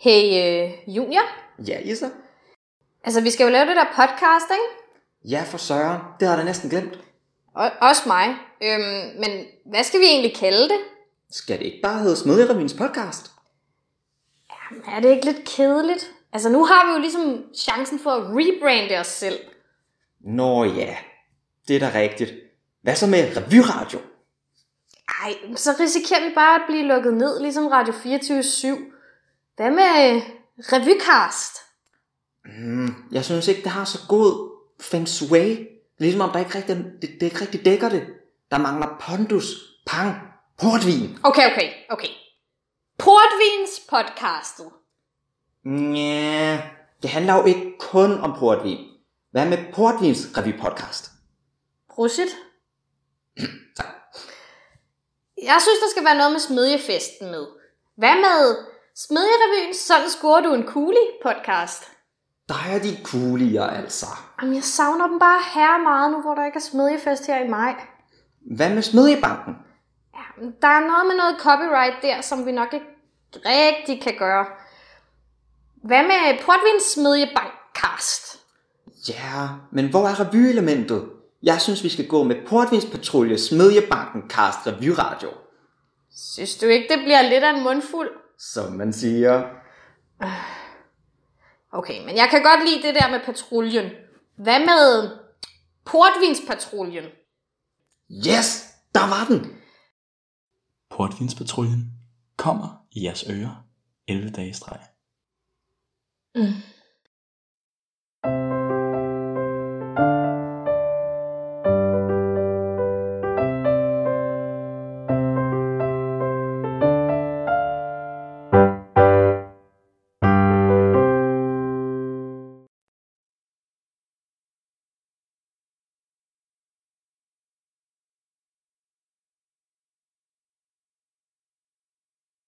Hey øh, Junior, Ja, Isa. altså vi skal jo lave det der podcast, ikke? Ja, for søren. Det havde jeg da næsten glemt. Og, også mig. Øhm, men hvad skal vi egentlig kalde det? Skal det ikke bare hedde Smedjerevyens podcast? Jamen, er det ikke lidt kedeligt? Altså nu har vi jo ligesom chancen for at rebrande os selv. Nå ja, det er da rigtigt. Hvad så med revyradio? Ej, så risikerer vi bare at blive lukket ned, ligesom Radio 24-7. Hvad med øh, revycast? Mm, jeg synes ikke, det har så god feng shui. Ligesom om der ikke rigtig, det, det ikke rigtig dækker det. Der mangler pondus, pang, portvin. Okay, okay, okay. Portvins podcastet. Nja, det handler jo ikke kun om portvin. Hvad med portvins revypodcast? Prosit. Tak. Jeg synes, der skal være noget med smedjefesten med. Hvad med smedjerevyen, sådan scorer du en kugle podcast? Der er de kuglier altså. Jamen, jeg savner dem bare her meget nu, hvor der ikke er smedjefest her i maj. Hvad med smedjebanken? Jamen, der er noget med noget copyright der, som vi nok ikke rigtig kan gøre. Hvad med portvins smedjebankcast? Ja, men hvor er revyelementet? Jeg synes, vi skal gå med Portvinspatrulje, Smedjebanken, Cast Revyradio. Synes du ikke, det bliver lidt af en mundfuld? Som man siger. Okay, men jeg kan godt lide det der med patruljen. Hvad med portvinspatruljen? Yes, der var den! Portvinspatruljen kommer i jeres ører 11 dage i streg. Mm.